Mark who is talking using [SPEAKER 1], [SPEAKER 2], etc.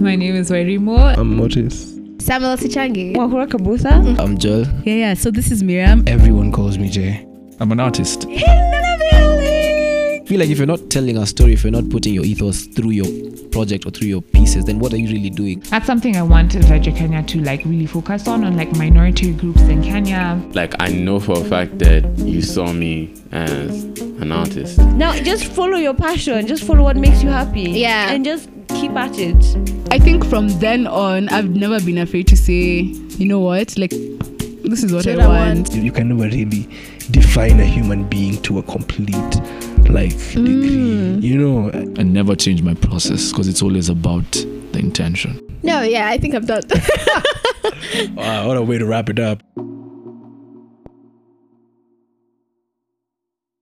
[SPEAKER 1] My name is Wairi Moore.
[SPEAKER 2] I'm Mortis.
[SPEAKER 3] Samuel Sichangi.
[SPEAKER 4] Wahura Kabutha.
[SPEAKER 5] I'm Joel.
[SPEAKER 6] Yeah, yeah. So this is Miriam.
[SPEAKER 5] Everyone calls me Jay.
[SPEAKER 7] I'm an artist.
[SPEAKER 5] I feel like if you're not telling a story, if you're not putting your ethos through your project or through your pieces, then what are you really doing?
[SPEAKER 1] That's something I wanted Vajra Kenya to like really focus on, on like minority groups in Kenya.
[SPEAKER 8] Like I know for a fact that you saw me as an artist.
[SPEAKER 4] Now just follow your passion. Just follow what makes you happy.
[SPEAKER 3] Yeah.
[SPEAKER 4] And just keep at it.
[SPEAKER 6] I think from then on, I've never been afraid to say, you know what, like, this is what I
[SPEAKER 3] What I
[SPEAKER 6] want.
[SPEAKER 2] You you can never really define a human being to a complete like degree. You know,
[SPEAKER 7] I never change my process because it's always about the intention.
[SPEAKER 3] No, yeah, I think I'm done.
[SPEAKER 2] wow, uh, what a way to wrap it up.